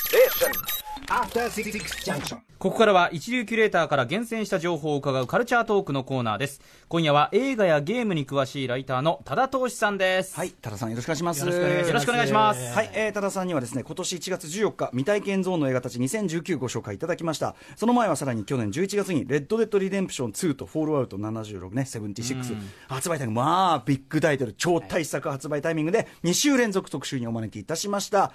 Station. After Six Junction. ここからは一流キュレーターから厳選した情報を伺うカルチャートークのコーナーです今夜は映画やゲームに詳しいライターの多田投資さんですはい、多田さんよろしくお願いします。よろしくお願いしますよろしくお願いしますはい、えー、多田さんにはですね、今年1月14日、未体験ゾーンの映画たち2019ご紹介いただきました。その前はさらに去年11月に、レッド・デッド・リデンプション2とフォールアウト76ね、76、発売タイミング、まあ、ビッグタイトル、超大作発売タイミングで、2週連続特集にお招きいたしました。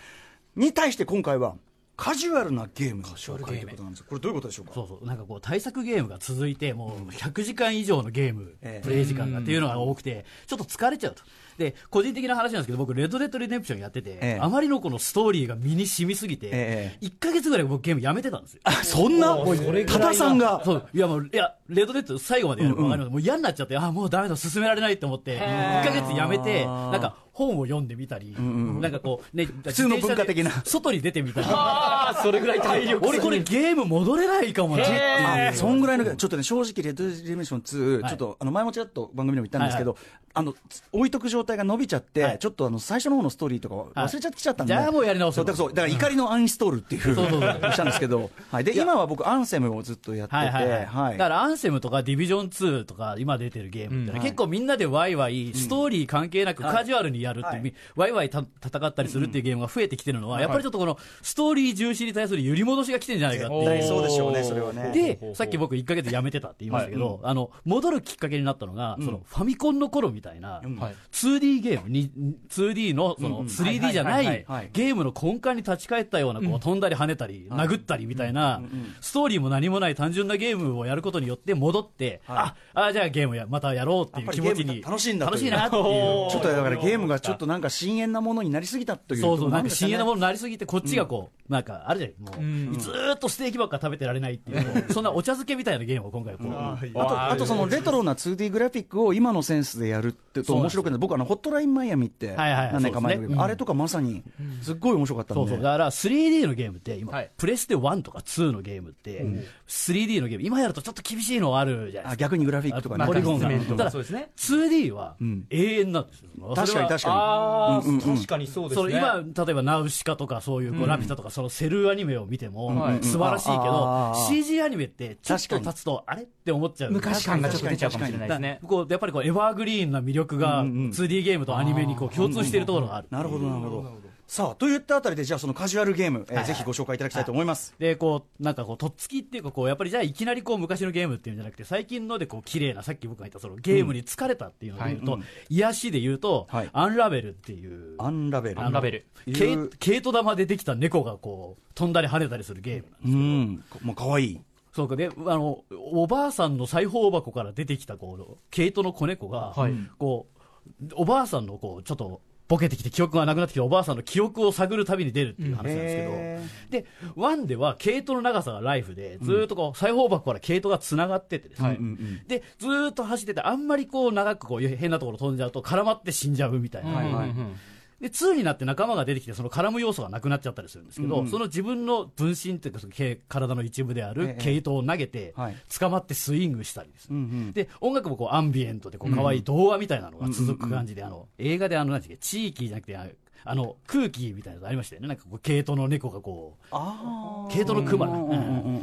に対して今回は、カジュアルなゲームの紹介ということなんですこれどういうことでしょうかそうそうなんかこう対策ゲームが続いてもう100時間以上のゲーム、ええプレイ時間がっていうのが多くてちょっと疲れちゃうとで個人的な話なんですけど僕レッド・デッド・リデンプションやってて、ええあまりのこのストーリーが身に染みすぎて、え1か月ぐらい僕ゲームやめてたんですよあそんな、多田さんが、そういやもういやレッド・デッド最後までやるの分かりますもう嫌になっちゃってあもうダメだ進められないと思って1か月やめてなんか本を読んでみたり、なんかこうね普通の文化的な外に出てみたりあーそれぐらい体力俺これゲーム戻れないかもねっていうあそんぐらいの、ちょっとね、正直、レッドデディメンション2、ちょっと、あの、前もちらっと番組でも言ったんですけど、あの、つ置いとく状態が伸びちゃって、はいちょっとあの、最初の方のストーリーとかは忘れちゃってきちゃったんで。はいじゃあもうやり直そそううだからそう、だから怒りのアンインストールっていう、そうそうそうしたんですけど、はい。で、今は僕、アンセムをずっとやってて、ははいはいはいい。はいだからアンセムとかディビジョン2とか今出てるゲームって、ね結構みんなでワイワイストーリー関係なくカジュアルにやるって、はいみワイワイた戦ったりするっていうゲームが増えてきてるのは、やっぱりちょっとこのストーリー重視に対する揺り戻しが来てるんじゃないかっていう絶対そうでしょうねそれはねで、さっき僕1ヶ月やめてたって言いましたけど、あの、戻るきっかけになったのが、そのファミコンの頃みたいな、はい 2D ゲームに、2D のその 3D じゃなはいはいいはいゲームの根幹に立ち返ったような、こう飛んだり跳ねたり、殴ったりみたいな、ストーリーも何もない単純なゲームをやることによって戻って、あ、あ、じゃあゲームや、またやろうっていう気持ちやっぱりゲーに。ム楽しいんだとい楽うしいなっていう。ちょっとだからゲームがちょっとなんか深淵なものになりすぎたという そうそう、なんか深深淵な淵なものものになりすぎて、こっちがこう、なんかあるじゃない、もう、ずーっとステーキばっか食べてられないっていう、こうそんなお茶漬けみたいなゲームを今回こう、あとあとそのレトロな 2D グラフィックを今のセンスでやるってと面白くない僕あのホットラインマイアミってはいはい何年か前のそゲームうですねうんあれとかまさにすっごい面白かったんそうでそう、だから 3D のゲームって今、はいプレステ1とか2のゲームって、3D のゲーム、今やるとちょっと厳しいのあるじゃないあですか。逆にグラフィックとかねポリゴンがまあ画質面とかただそうですね 2D は永遠なんですよ、確かに確かあー、確かにそうですそねの今、例えばナウシカとか、そういうこうラピュタとか、そのセルアニメを見ても、素晴らしいけあどー、 CG アニメって、ちょっ確とかに経つと、あれって思っちゃう。昔感がちょっと出ちゃうかもしれないですねこうやっぱりこうエバーグリーンな魅力が 2D ゲームとアニメにこう共通しているところがあるになるほどなるほどさあといったあたりでじゃあそのカジュアルゲームえーぜひご紹介いただきたいと思いますでこうなんかこうとっつきっていうかこうやっぱりじゃあいきなりこう昔のゲームっていうんじゃなくて最近のでこう綺麗なさっき僕が言ったそのゲームに疲れたっていうので言うと、癒しで言うと、はいアンラベルっていうアンラベルアンラベル毛いう毛糸玉でできた猫がこう飛んだり跳ねたりするゲームなんですうんもう可愛いそうかであのおばあさんの裁縫箱から出てきたこう毛糸の子猫が、はいこうおばあさんのこうちょっとボケてきて記憶がなくなってきておばあさんの記憶を探る旅に出るっていう話なんですけど、へでワンでは毛糸の長さがライフでずーっとこう裁縫箱から毛糸がつながっててですね、でずーっと走っててあんまりこう長くこう変なところ飛んじゃうと絡まって死んじゃうみたいな、はいはいで、2になって仲間が出てきて、その絡む要素がなくなっちゃったりするんですけど、その自分の分身というか、その毛体の一部であえるえ毛糸を投げてはい、捕まってスイングしたりですね、で、音楽もこうアンビエントで、こう可愛い童話みたいなのが続く感じで、あの、映画であの、なんていうか、地域じゃなくて、あのあの、空気みたいなのがありましたよね。なんかこう、毛糸の猫がこう、あ毛糸のクマな、うんうんうんう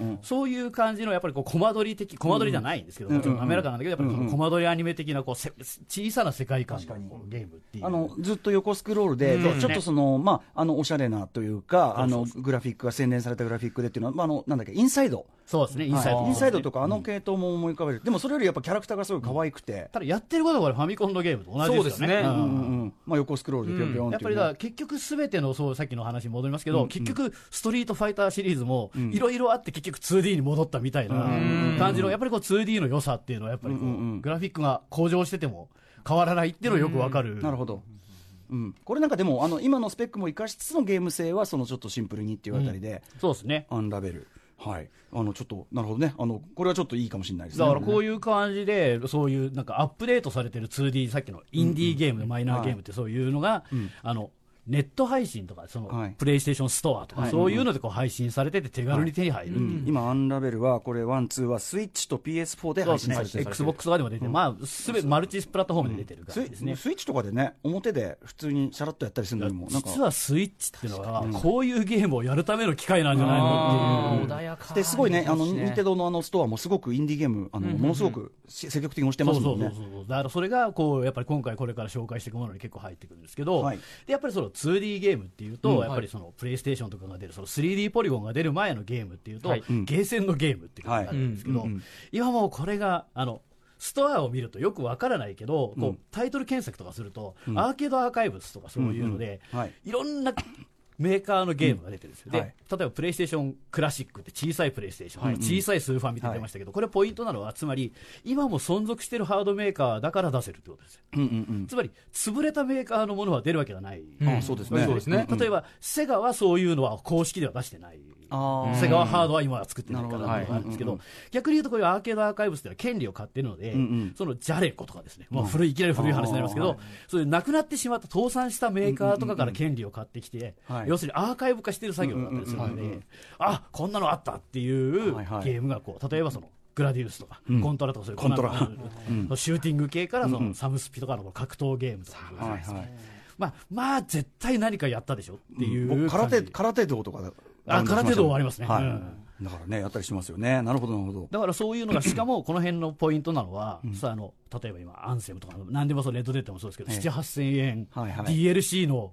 んそういう感じのやっぱりこうコマ撮り的コマ撮りじゃないんですけど、もちろん滑らかなんだけどやっぱりそのコマ撮りアニメ的なこうせ小さな世界観のゲームっていうあのずっと横スクロールで、でちょっとその、まあ、あのおしゃれなというか、あのグラフィックが洗練されたグラフィックでっていうのは、まあ、あのなんだっけ、インサイド、そうですねインサイド、はいインサイドとか、あの系統も思い浮かべる、でもそれよりやっぱキャラクターがすごい可愛くて、ただやってることはこれファミコンのゲームと同じですよね。そうですねんうんうんまあ、横スクロールでぴょんぴょんやっってぱいうね、りだから結局すべてのそうさっきの話に戻りますけど、結局ストリートファイターシリーズもいろいろあって結局 2D に戻ったみたいな感じのやっぱりこう 2D の良さっていうのはやっぱりこう、グラフィックが向上してても変わらないっていうのはよくわかる。なるほど、うん、これなんかでも、あの今のスペックも生かしつつのゲーム性は、そのちょっとシンプルにっていうあたりで、そうですね。アンラベル、はい、あのちょっと、なるほどねあの、これはちょっといいかもしれないですね。だからこういう感じで、そういうなんかアップデートされてる 2D、さっきのインディーゲーム、マイナーゲームってそういうのが、あの、ネット配信とか、その、はいプレイステーションストアとか、はいそういうのでこう配信されてて手軽に手に入るっていう。今、アンラベルは、これ、ワン、ツーは、スイッチと PS4 で配信されてる。 Xbox とかでも出てる、まあ、すべてマルチプラットフォームで出てるからスイですね。スイッチとかでね、表で普通にシャラッとやったりするのにも、なんか実、はスイッチっていうのは、こういうゲームをやるための機械なんじゃないのっていう。穏やかですごいね、あの、任天堂のあのストアもすごくインディーゲーム、あの、ものすごくし積極的に推してまそすもうそんうそうね。そうだからそれがこうやっぱり今回これから紹介していくものに結構入ってくるんですけど、はいでやっぱりその 2D ゲームっていうと、やっぱりそのプレイステーションとかが出るその 3D ポリゴンが出る前のゲームっていうと、はいゲーセンのゲームっていうことになるんですけど、今もうこれがあのストアを見るとよくわからないけど、こうタイトル検索とかすると、アーケードアーカイブスとかそういうので、うんうんはいい、ろんなメーカーのゲームが出てるんですよ、うんではい例えばプレイステーションクラシックって小さいプレイステーション、小さいスーファミって言ってましたけど、これポイントなのは、つまり今も存続しているハードメーカーだから出せるってことですよ。うんうんつまり、潰れたメーカーのものは出るわけがない。うん。あそうですね。そうですね例えば、セガはそういうのは公式では出してない。あセガはハードは今は作ってないからなるほどっていうのがあるんですけど、逆に言うとこういうアーケードアーカイブスっていうのは権利を買ってるので、そのジャレコとかですね、まあ古い、いきなり古い話になりますけど、そういうなくなってしまった倒産したメーカーとかから権利を買ってきてうんうんうんは、い要するにアーカイブ化してる作業だったりするので、あこんなのあったっていうはいはいゲームがこう、例えばその、グラディウスとか、コントラとかそういうコントラコナミのシューティング系からそのサムスピとかの格闘ゲームとか、はいはい。まあ、まあ絶対何かやったでしょっていう感僕じ。空手、空手道とかだ。あ空手道はありますねはうい。だからね、やったりしますよね。なるほど、なるほど。だからそういうのが、しかもこの辺のポイントなのは、さあの例えば今、アンセムとか、何でもそう、レッドデッドもそうですけど、ええ7、8000円、はいはい DLC の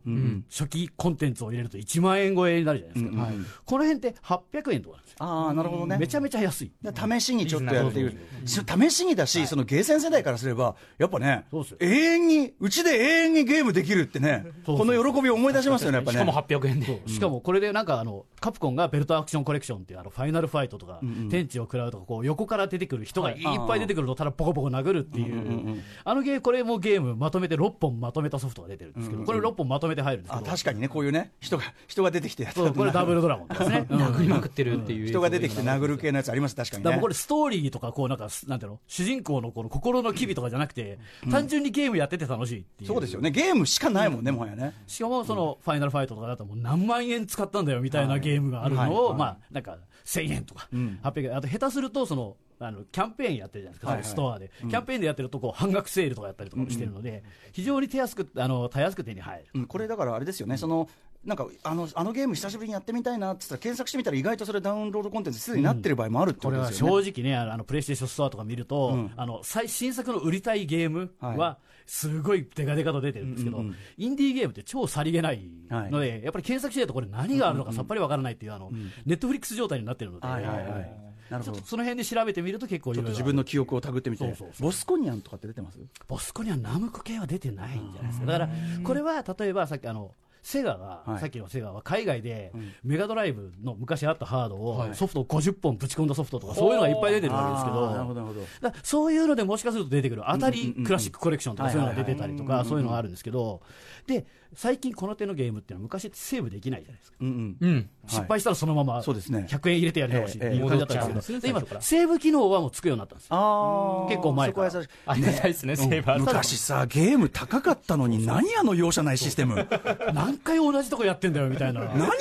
初期コンテンツを入れると1万円超えになるじゃないですか、うんうんこの辺って800円とかなんですよ、ああ、なるほどね。めちゃめちゃ安い。で試しにちょっとやってリるーズ、し試しにだし、そのゲーセン世代からすれば、やっぱねそうですよ、永遠に、うちで永遠にゲームできるってね、そうこそうの喜びを思い出しますよね、やっぱしかもね。 800円でしかもこれでなんかあのカプコンがベルトアクションコレクションっていうあのファイナルファイトとか天地を食らうとかこう横から出てくる人がいっぱい出てくるとただポコポコ殴るっていうあのゲーこれもゲームまとめて6本まとめたソフトが出てるんですけどこれ6本まとめて入るんですあけど確かにね、こういうね、人が、人が出てきてやったそうこれダブルドラゴンですね。うん殴りまくってるっていう人が出てきて殴る系のやつあります、確かにだからねもうこ。れストーリーとかこうなんかなんていうの主人公のこの心の機微とかじゃなくて単純にゲームやってて楽しいっていう。そうですよね、ゲームしかないもんね、もはやね。しかもそのファイナルファイトとかだともう何万円使ったんだよみたいなゲームがあるのはいはをいまあなんか1000円とか800円あと下手するとそのあのキャンペーンやってるじゃないですか、はいはいそのストアで、キャンペーンでやってるとこう半額セールとかやったりとかもしてるので、非常に手安くあのたやすく手に入る、うんこれだからあれですよね、そのなんかあのあのゲーム久しぶりにやってみたいなって言ったら、検索してみたら、意外とそれダウンロードコンテンツすでになってる場合もあるってここれとはですよね。正直ね、あのあのプレイステーションストアとか見ると、あの最新作の売りたいゲームはは、すごいデカデカと出てるんですけど、インディーゲームって超さりげないので、やっぱり検索してると、これ、何があるのかさっぱりわからないっていう、あのネットフリックス状態になってるので、はいはいはい。なるちほょっどと。その辺で調べてみると、結構いちょろっといろ自分の記憶をたぐってみてそうそう、ボスコニアンとかって出てますボスコにはナムコ系は出てないんじゃないですか。だから、これは例えばさっきあの、セガが、はいさっきのセガは海外で、メガドライブの昔あったハードを、ソフトを50本ぶち込んだソフトとか、そういうのがいっぱい出てるわけですけあーど、なるほどなるほどだからそういうのでもしかすると出てくる、当たりクラシックコレクションとか、そういうのが出てたりとか、そういうのがあるんですけど、で、最近この手のゲームっていうのは昔ってセーブできないじゃないですか。うんうん。うん失敗したらそのままそうですね100円入れてやり直しっていう感じだったんですけど、ええでええ戻っちゃうんですね最今初か、らセーブ機能はもうつくようになったんですよ。あー結構前からそこは優しいありがたいですねセ ーバー昔さ、ゲーム高かったのに、何あの容赦ないシステム、何回同じとこやってんだよみたいな。 何、よ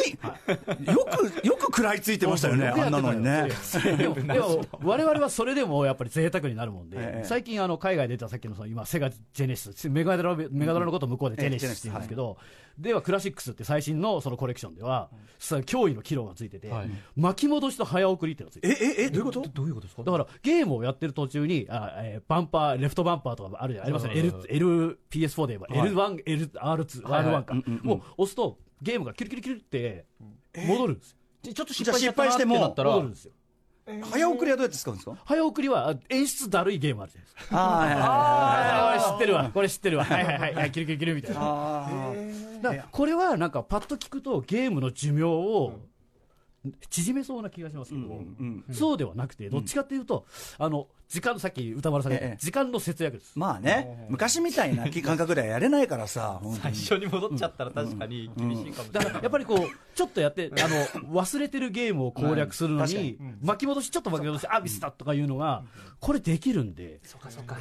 く、よく食らいついてましたよね、あんなのにね。でも、でも我々はそれでもやっぱり贅沢になるもんで、ええ最近あの海外で出たさっきのその今セガジェネシス、メガドラメガドラのことを向こうでジェネシスって言うんですけど、ではクラシックスって最新のそのコレクションでは、さ驚異の機能がついてて、巻き戻しと早送りっていうのがついてえ、る。え、え、どういうことどういうことですかだからゲームをやってる途中に、あえーバンパー、レフトバンパーとかあるじゃないありますね、L PS4 で言えば、L1、LR2、R1 か、もう押すと、ゲームがキュルキュルキュルって戻るんですよ、ちょっと失敗しちゃったなって失なっもた、ら戻るんですよ。早送りはどうやって使うんですか早送りはあ演出だるいゲームあるじゃないですか。あああ、これ知ってるわ、これ知ってるわ、はいはいはい、はい、キルキルキルみたいな。あ。だからこれはなんか、パッと聞くと、ゲームの寿命を縮めそうな気がしますけど、うんそうではなくて、どっちかっていうと、あの時間の、さっき歌丸さんが言っえたえ時間の節約です。まあね、昔みたいな感覚ではやれないからさ、本当最に初に戻っちゃったら確かに厳しいかもしれだないからやっぱりこう、ちょっとやって、あの、忘れてるゲームを攻略するのに、巻き戻し、ちょっと巻き戻し、あ、ミスだとかいうのが、これできるんで、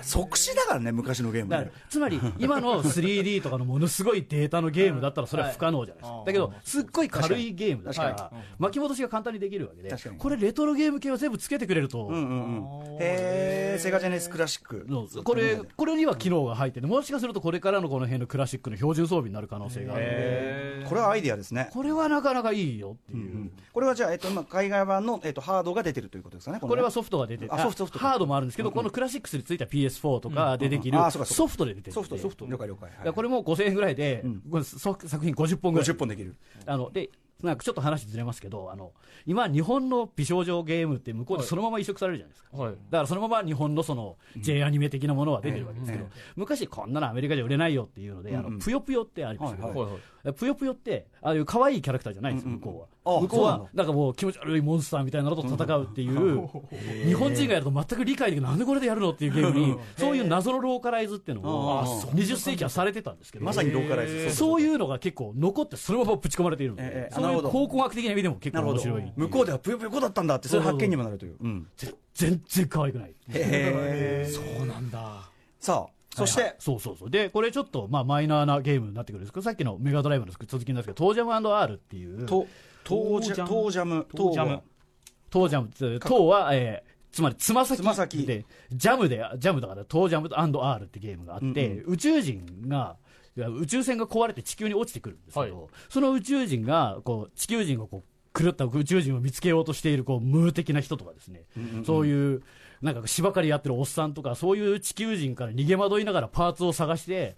即死だからね、昔のゲームだかねら。つまり 今の 3D とかのものすごいデータのゲームだったらそれは不可能じゃないですか。だけど、すっごい軽いゲームだか確ら、巻き戻しが簡単にできるわけで確かに、これレトロゲーム系は全部つけてくれると、うんうんうん。へえ、セガジェネシスクラシック。のこれ、これには機能が入ってて、もしかするとこれからのこの辺のクラシックの標準装備になる可能性があるんで、これはアイディアですね。これはなかなかいいよっていう。これはじゃあ、えっと、今、海外版の、えっと、ハードが出てるということですかね、これはねソフトが出ててあソフトソフトハードもあるんですけど、このクラシックスについては PS4 とかでできるうんあそうかそうかソフトで出てるんでソフト、ソフト。了解了解。だからこれも5000円ぐらいで、これそ作品50本ぐらい50本できる。あのでなんかちょっと話ずれますけどあの今日本の美少女ゲームって向こうでそのまま移植されるじゃないですか、はいだからそのまま日本のその J アニメ的なものは出てるわけですけど、昔こんなのアメリカじゃ売れないよっていうので、あのぷよぷよってありますけど、はいはいはいぷよぷよって、ああいう可愛いキャラクターじゃないんですよ、向こううんは。あ向こうそうなはん、なんかもう気持ち悪いモンスターみたいなのと戦うっていう、日本人がやると全く理解できない、なんでこれでやるのっていうゲームに、そういう謎のローカライズっていうのあをー、 20世紀はされてたんですけど、まさにローカライズ。そうう。いうのが結構残って、そのままぶち込まれているのえで、えそうないるほどう考古学的な意味でも結な構るほ面ど白い。。向こうではぷよぷよこだったんだって、そういう発見にもなるという。うん。ぜ全然可愛くない。へえ。そうなんださあ、そしはいて、そうそうそう。で、これちょっと、まあ、マイナーなゲームになってくるんですけど、さっきのメガドライブの続きなんですけど、トージャム &R っていう、と、トージャトージャム、トージャム。トージャムって、トーは、えーつまりつま先つま先で、ジャムで、ジャムだから、トージャム &R ってゲームがあって、宇宙人が、いや宇宙船が壊れて地球に落ちてくるんですけど、はその宇宙人が、こう、地球人がこう、狂った宇宙人を見つけようとしている、こう、無的な人とかですね、そういう、なんか芝刈りやってるおっさんとか、そういう地球人から逃げ惑いながらパーツを探して、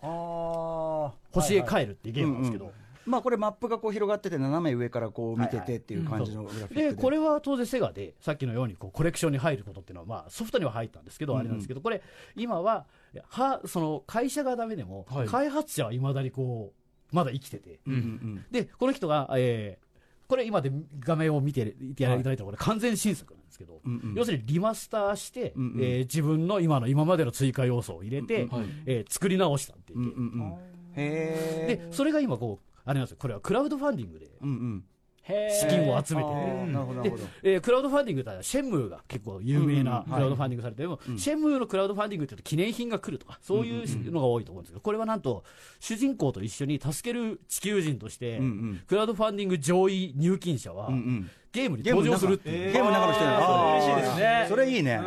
ああ。星へ帰るっていうゲームなんですけど、まあこれマップがこう広がってて斜め上からこう見ててっていう感じのグラフィックで。でこれは当然セガでさっきのようにこうコレクションに入ることっていうのは、まあ、ソフトには入ったんですけど、あれなんですけどこれ今ははその会社がダメでも、はい開発者はいまだにこうまだ生きてて、うんうんでこの人が、えーこれ今で画面を見ていただいたのはこれ完全新作なんですけど、うんうん要するにリマスターして、うんうんえー自分の今の今までの追加要素を入れて、はいえー作り直したっていううんゲうーム、んうん。へえ。でそれが今こうあれなんですよこれはクラウドファンディングでうんうん。資金を集めて、あーなるほどなるほど。えークラウドファンディングだったらシェンムーが結構有名なうんクうんラウドファンディングされてでも、シェンムーのクラウドファンディングって言うと記念品が来るとかそういうのが多いと思うんですけどこれはなんと主人公と一緒に助ける地球人として、うんうんクラウドファンディング上位入金者は、うんうん。ゲームにゲームの登場す中るっていう。ゲームの中の人あやーあーそれ嬉しいですねそれいいね。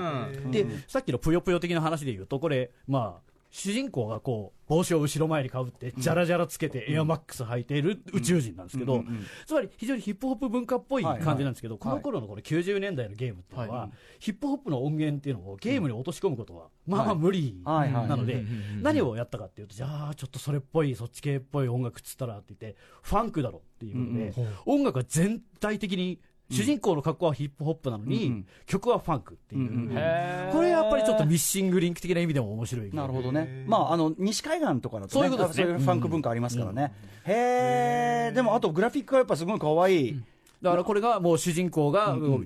で、さっきのぷよぷよ的な話で言うと、これ、まあ、主人公がこう、帽子を後ろ前にかぶって、じゃらじゃらつけて、エアマックス履いている宇宙人なんですけど、つまり非常にヒップホップ文化っぽい感じなんですけど、この頃のこの90年代のゲームっていうのは、ヒップホップの音源っていうのをゲームに落とし込むことは、まあまあ無理はいはいなので、何をやったかっていうと、じゃあ、ちょっとそれっぽい、そっち系っぽい音楽っつったらって言って、ファンクだろっていうので、音楽は全体的に、主人公の格好はヒップホップなのに、曲はファンクっていう、これやっぱりちょっとミッシングリンク的な意味でも面白いゲームなるほどね。まあ、あの、西海岸とかだと、ね、そういうことですねファンク文化ありますからね。へえ。でも、あと、グラフィックがやっぱすごい可愛い。だからこれがもう主人公がもう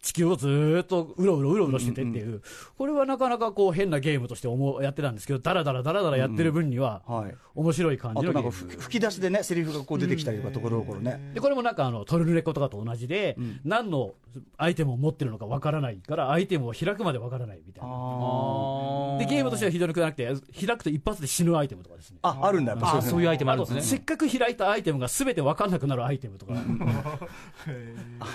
地球をずーっとうろうろうろうろしててっていう、これはなかなかこう変なゲームとして思うやってたんですけど、だらだらだらだらやってる分にはうんうんはい、面白い感あじと、のなゲーんム。かふ、吹き出しでね、セリフがこう出てきたりとか、ところどころね。でこれもなんかあのトルネコとかと同じで、何のアイテムを持ってるのかわからないから、アイテムを開くまでわからないみたいな、あでゲームとしては非常にくだらなくて、開くと一発で死ぬアイテムとかですね、あ。あ、あるんだ、やっぱあそういうアイテムああるんとですねせっかく開いたアイテムがすべて分かんなくなるアイテムとか、ま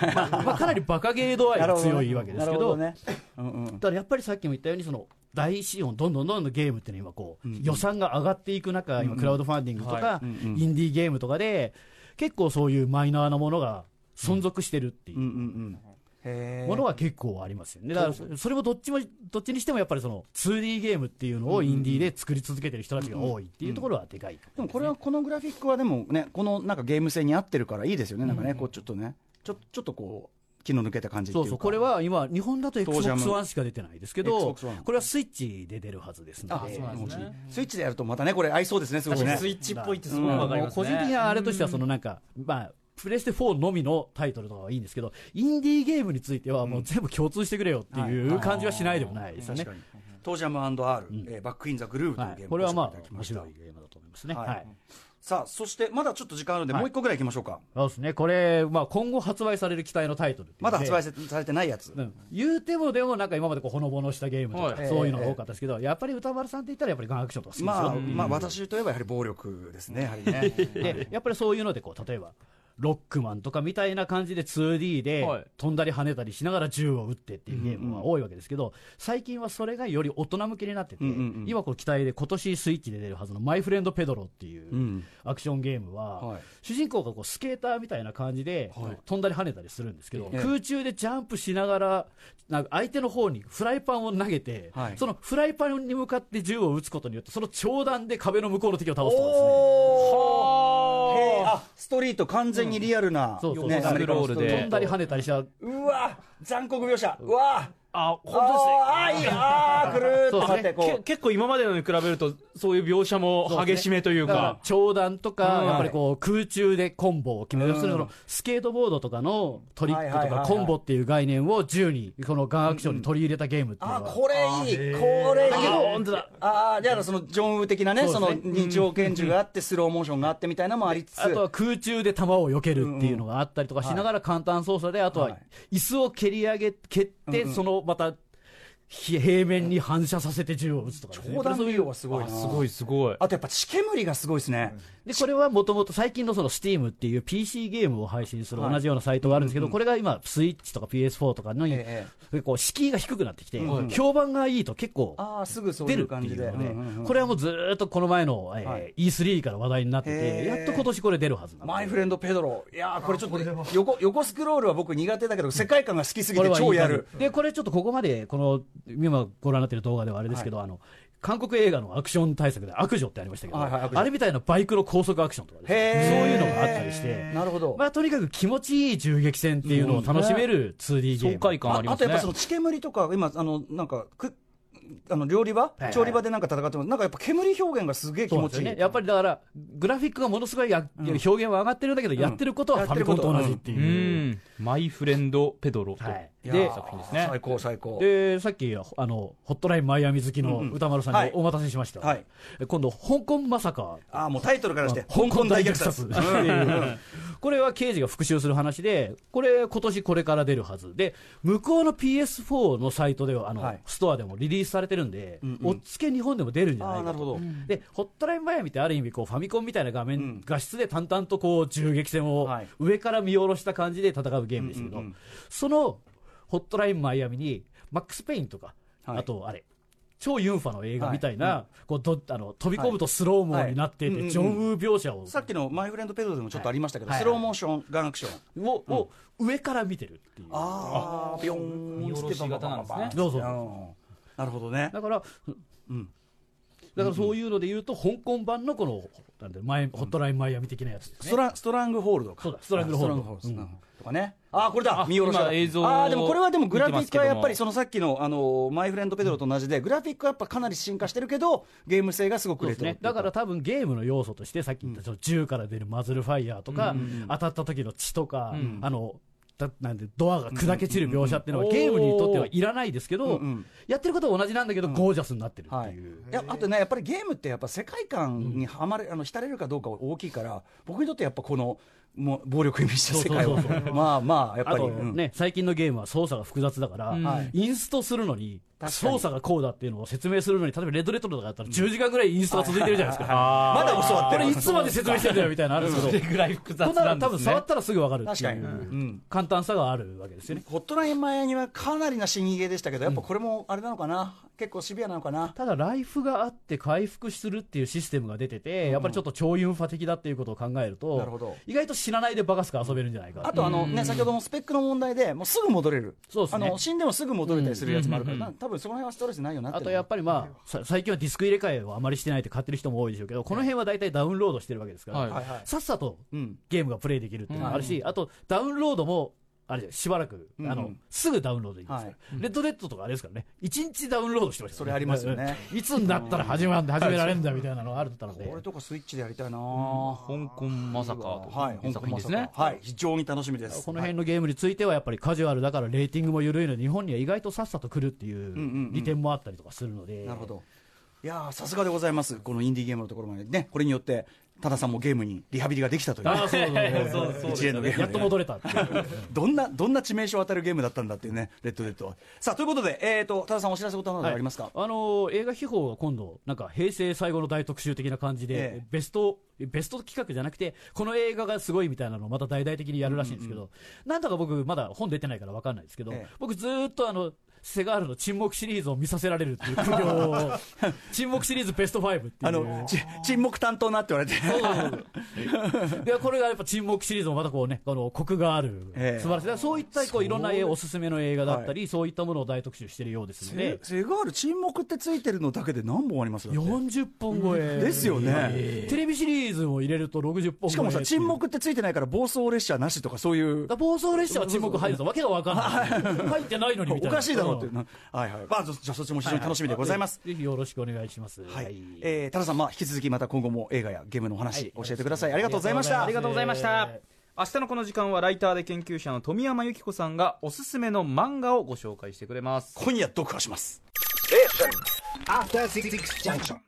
あまあかなりバカゲー度合いが強いわけですけなるほど、どね。うんうん。ただやっぱりさっきも言ったように、その大資本、どんどんどんどんゲームっていうのは今こう、予算が上がっていく中、今、クラウドファンディングとか、インディーゲームとかで、結構そういうマイナーなものが存続してるっていう。うんうんうん。へものは結構ありますよね。だからそ、それもどっちも、どっちにしてもやっぱりその 2D ゲームっていうのをインディーで作り続けてる人たちが多いっていうところはでかい。でもこれはこのグラフィックはでもね、このなんかゲーム性に合ってるからいいですよね、なんかね、こうちょっとね、ちょちょっとこう、気の抜けた感じっていそううか。そう、これは今、日本だと当時は Xbox もう One しか出てないですけど、 Xbox One これはスイッチで出るはずですのあ、で、そうなんんでですすねね。スイッチでやるとまたね、これ合いそうですね、すごい確かねに。スイッチっぽいってすごくわかりもまうすね個人的なあれとしては、そのなんか、まあ、プレステ4のみのタイトルとかはいいんですけど、インディーゲームについてはもう全部共通してくれよっていう感じはしないでもないですよね。確かに。トージャム &R、えーバックインザグルーヴというゲームをはい、これはまご紹介いただあきまし面た白いゲームだと思いますね。ははいい。さあ、そしてまだちょっと時間あるので、もう一個ぐらい行きましょうか。そうですね。これ、まあ今後発売される期待のタイトルっていうまだので発売せされてないやつ。うん言うてもでもなんか今までこうほのぼのしたゲームとはかいそういうのが多かったですけど、やっぱり歌丸さんって言ったらやっぱりガンアクションとか好きですよ、まあ、まあ、私といえばやはり暴力ですね、やはり ね。でやっぱりそういうのでこう例えばロックマンとかみたいな感じで 2D ではい飛んだり跳ねたりしながら銃を撃ってっていうゲームが多いわけですけど、最近はそれがより大人向けになってて、うんうんうん今こう期待で今年スイッチで出るはずの「マイフレンドペドロ」っていう、んアクションゲームは、はい主人公がこうスケーターみたいな感じで、飛んだり跳ねたりするんですけど、ええ空中でジャンプしながら、なんか相手の方にフライパンを投げて、はいそのフライパンに向かって銃を撃つことによって、その長弾で壁の向こうの敵を倒すとかですね。おーあストリート完全にリアルな、そうそうねそうアメリカのストリートええ飛んだり跳ねたりしたうわ残酷描写うわあ、本あーいいあー くるーっとそう待っですてね当ですね。けこ結構今までのに比べると、そういう描写も激しめというだからか。長弾とか、うんやっぱりこう空中でコンボを決める、要するにそのスケートボードとかのトリッはいはクいとはいはかいコンボっていう概念を銃に、このガンアクションに取り入れたゲームっていうのは、あこれいいこれいい本当だああじゃあそのジョンウー的なねそそうですねの日常拳銃があってスローモーションがあってみたいなのもありつつあとは空中で弾を避けるっていうのがあったりとかしながら簡単操作で、あとははい椅子を蹴り上げ、蹴って、そのまたひ平面に反射させて銃を撃つとかですね、砲弾利用はすごいなあすごいすごい。あとやっぱ血煙がすごいですねで、これはもともと最近のその Steam っていう PC ゲームを配信する同じようなサイトがあるんですけど、これが今、スイッチとか PS4 とかのにえこう敷居が低くなってきて、評判がいいと結構ああすぐそう出いるうって感いじうでので、うんうんうんこれはもうずーっとこの前の、えーは E3 から話題になってへて、ーやっと今年これ出るはずなんでマイフレンドペドロいやーこれちょっと横横スクロールは僕苦手だけど世界観が好きすぎこれてはいい超やる感じで、これちょっとここまで、この、今ご覧になってる動画ではあれですけど、あの、韓国映画のアクション対策で悪女ってありましたけど、はいはい悪女あれみたいなバイクの高速アクションとかですへーねそういうのがあったりして、なるほどまあとにかく気持ちいい銃撃戦っていうのを楽しめる 2D ゲーム。爽快感ありあまあとすやっね。ぱその血煙とか、今、あのなんかくあの料理場、いはい調理場でなんか戦ってます、なんかやっぱ煙表現がすげえ気そうな持んですちよいい、ね、やっぱりだから、グラフィックがものすごいや、表現は上がってるんだけど、やってることはファミコンと同じっていうう。ん。マイフレンドペドロと。はいいやーで作品ですね最高、最高。でさっきあのホットラインマイアミ好きの歌丸さんはいにお待たせしました、はい今度、香港まさかああ、もうタイトルからして、香香港港大大虐虐殺殺。っていう これは刑事が復讐する話で、これ、今年これから出るはずで、向こうの PS4 のサイトでは、あのはいストアでもリリースされてるんで、おっつけ日本でも出るんじゃあなあ、いなかるほと。ど。でホットラインマイアミってある意味こうファミコンみたいな画面、画質で淡々とこう銃撃戦をはい上から見下ろした感じで戦うゲームですけど、そのホットラインマイアミにマックス・ペインとか、はいあとあれ超ユンファの映画みたいな、こうどあの飛び込むとスローモーになってて、はいはいジョンウー描写をさっきのマイフレンドペドロでもちょっとありましたけど、はいスローモーション、ガンアクション。をを上から見てるっていう。ああ、ビョーン見下ろし型なんですねどうぞんなるほどね。だから、だからそういうので言うと、香港版のこの、なんて前、ホットラインマイアミ的なやつですスねト。ラストラングホールドか。そうだストラングホールドあストラングホールドうんとかね。あー、これだあ見下ろしだ今映像をあーでもこれはでもグラフィックはやっぱ見てますけどもりそのさっきの、あの、マイフレンドペドロと同じで、グラフィックはやっぱかなり進化してるけど、ゲーム性がすごくそうレでトすロっねて、いうだから多分ゲームの要素として、さっき言ったその銃から出るマズルファイヤーとか、当たった時の血とか、あのだなんでドアが砕け散る描写っていうのは、うんうんうんゲームにとってはいらないですけど、うんうんやってることは同じなんだけど、ゴージャスになってるってはい、いう。いやあとね、やっぱりゲームって、やっぱ世界観にはまれ、あの浸れるかどうか大きいから、僕にとってやっぱこの、もう暴力に満ちた世界はそうそうそう そ、まあまあ、やっぱあり、とうんね、最近のゲームは操作が複雑だから、はいインストするのに、確かに操作がこうだっていうのを説明するのに、例えばレッドレトロとかだったら10時間ぐらいインストが続いてるじゃないですか。あまだ教わっこてるれい、つまで説明してんだよみたいなのあるんです そけれど、ぐらい複雑こんななんの で多すね。分触ったらすぐわかるって確かいに、ううん簡単さがあるわけですよね。ホットライン前にはかなりな死にゲーでしたけど、やっぱこれもあれなのかな、結構シビアなのかな。ただ、ライフがあって回復するっていうシステムが出てて、やっぱりちょっと超ユンファ的だっていうことを考えると、なるほど意外と死なないでバカスカ遊べるんじゃないかあとあのね、先ほどのスペックの問題で、もうすぐ戻れる。そうですねあの、死んでもすぐ戻れたりするやつもあるから、な多分その辺はストレスないよなって。あとやっぱりまあ、さ最近はディスク入れ替えをあまりしてないって買ってる人も多いでしょうけど、この辺は大体ダウンロードしてるわけですから、はいはいはいさっさとうんゲームがプレイできるっていうのもあるし、あとダウンロードも、ああれじゃんしばらく、あうんうのん、すぐダウンロードできますから。レッドデッドとかあれですからね、一日ダウンロードしてましたそれありますよね。うんいつになったら始まるんだ、始められるんだみたいなのがあるったので。これとかスイッチでやりたいなぁ香港まさかはい、という作品ですね。はい、非常に楽しみです。この辺のゲームについてはやっぱりカジュアルだからレーティングも緩いので日本には意外とさっさと来るっていう利点もあったりとかするので、なるほど。いやーさすがでございます。このインディーゲームのところまでね、これによって、多田さんもゲームにリハビリができたという。ああそうそうそう そうそう一連のゲームでやっと戻れたっていう どんな、どんな致命傷を与えるゲームだったんだっていうね、レッドデッドは。さあ、ということで、えーと、多田さんお知らせことなどありますか、はいあのー映画秘宝が今度、なんか平成最後の大特集的な感じで、ええベスト、ベスト企画じゃなくて、この映画がすごいみたいなのをまた大々的にやるらしいんですけど、なんだか僕、まだ本出てないから分かんないですけど、ええ僕、ずーっとあの、セガールの沈黙シリーズを見させられるっていう苦行 を、沈黙シリーズベスト5っていう。あの、ち沈黙担当なって言われて。 いやこれがやっぱ沈黙シリーズもまたこうね、このコクがある、ええ素晴らしいだから、そういったこういろんなおすすめの映画だったり、そういったものを大特集しているようですのセで、セガール沈黙ってついてるのだけで何本ありますだって40本超え、ですよね。テレビシリーズを入れると60本超えしかもさ、沈黙ってついてないから暴走列車なしとかそういう。だから暴走列車は沈黙入るとわけが分かんない、入ってないのにみたおいな、かしいだろうっていうな。はいはい。まあ、じゃじゃあそっちも非常に楽しみでございます。ぜひよろしくお願いします。はい、はいえー、タラさん、まあ、引き続きまた今後も映画やゲームのお話、教えてください。ありがとうございました。ありがとうございました。明日のこの時間はライターで研究者の富山由紀子さんがおすすめの漫画をご紹介してくれます。今夜、読破します。 After Six Junction.